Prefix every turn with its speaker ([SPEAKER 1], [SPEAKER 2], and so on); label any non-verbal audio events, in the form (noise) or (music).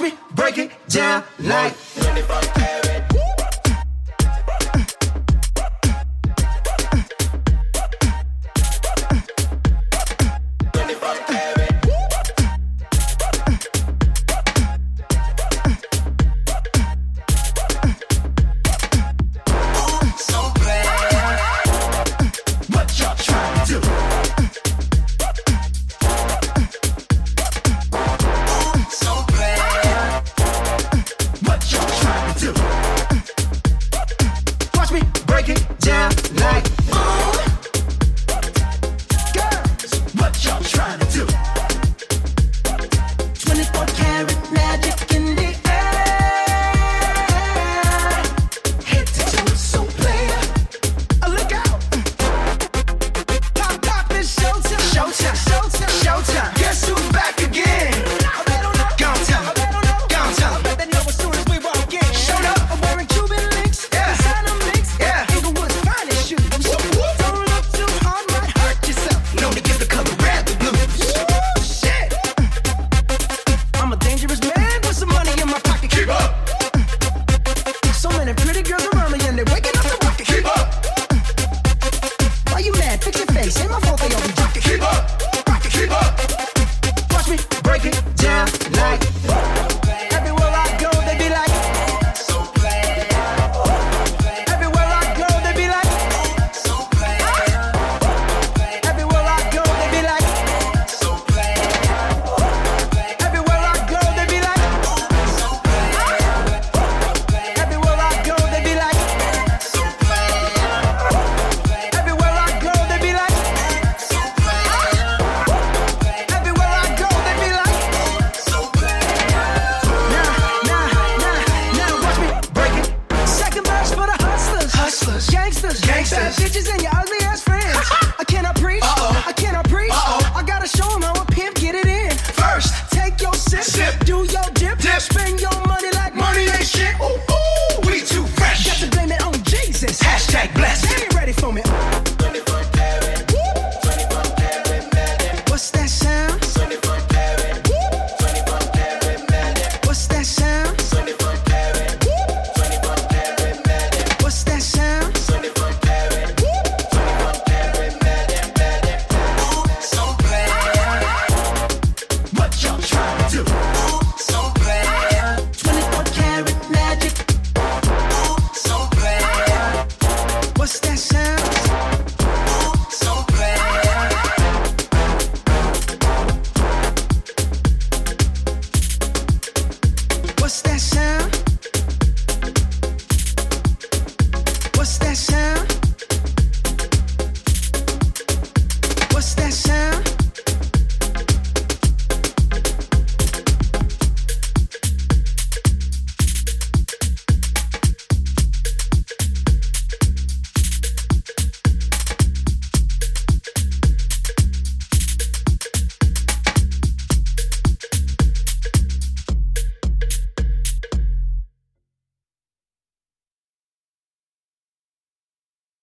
[SPEAKER 1] me break it down like. So bad. What y'all trying to do? So bad. What y'all trying to do? Watch me break it down like. Ooh. Girls, what y'all trying to do? 24 karat magic in the air. Hit it, you so player. Uh, Look out. Pop, pop, it's showtime. Showtime. Showtime. Showtime. Guess who's back again? I bet don't know. Gone time. I bet don't know. Gone time. I bet they know as soon as we walk in. Showed up. I'm wearing Cuban links. Yeah. Designer mix. Yeah. Inglewood's finest shoes. So what? Don't look too hard, might hurt yourself. Known to give the color red the blues. Woo, shit. I'm a dangerous man with some money in my pocket. Keep up. So many pretty girls around me and they're waking up the rocket. Keep up. Why you mad? Fix your face. Ain't my fault they all be rocket. Keep up. Rocket. Keep up. Watch me break it down like. Everywhere I go, they be like. Everywhere I go, they be like. Everywhere I go, they be like. Everywhere I go, they be like. Everywhere I go, they be like. Everywhere I go, they be like. Everywhere I go, they be like. Nah, nah, nah, nah. Watch me break it. Second verse for the hustlers,
[SPEAKER 2] Hustlers.
[SPEAKER 1] gangsters,
[SPEAKER 2] Gangsters.
[SPEAKER 1] bad bitches, and your ugly ass
[SPEAKER 2] (laughs)
[SPEAKER 1] friends. I cannot preach.
[SPEAKER 2] Uh-oh.
[SPEAKER 1] I cannot preach.
[SPEAKER 2] Uh-oh.
[SPEAKER 1] I gotta show 'em how a pimp get it in.
[SPEAKER 2] First,
[SPEAKER 1] Take your sip,
[SPEAKER 2] Sip.
[SPEAKER 1] do your dip,
[SPEAKER 2] Dip.
[SPEAKER 1] spend your money like
[SPEAKER 2] money ain't shit. Ooh, ooh, we too fresh.
[SPEAKER 1] Got to blame it on Jesus.
[SPEAKER 2] Hashtag blessed.
[SPEAKER 1] They ain't ready for me. What's that sound? What's that sound? What's that sound?
[SPEAKER 2] So bad. What y'all trying to do? Ooh, so bad.
[SPEAKER 1] 24 karat magic.
[SPEAKER 2] So bad.
[SPEAKER 1] What's that sound?
[SPEAKER 2] So bad.
[SPEAKER 1] What's that sound? What's that sound? What's that sound?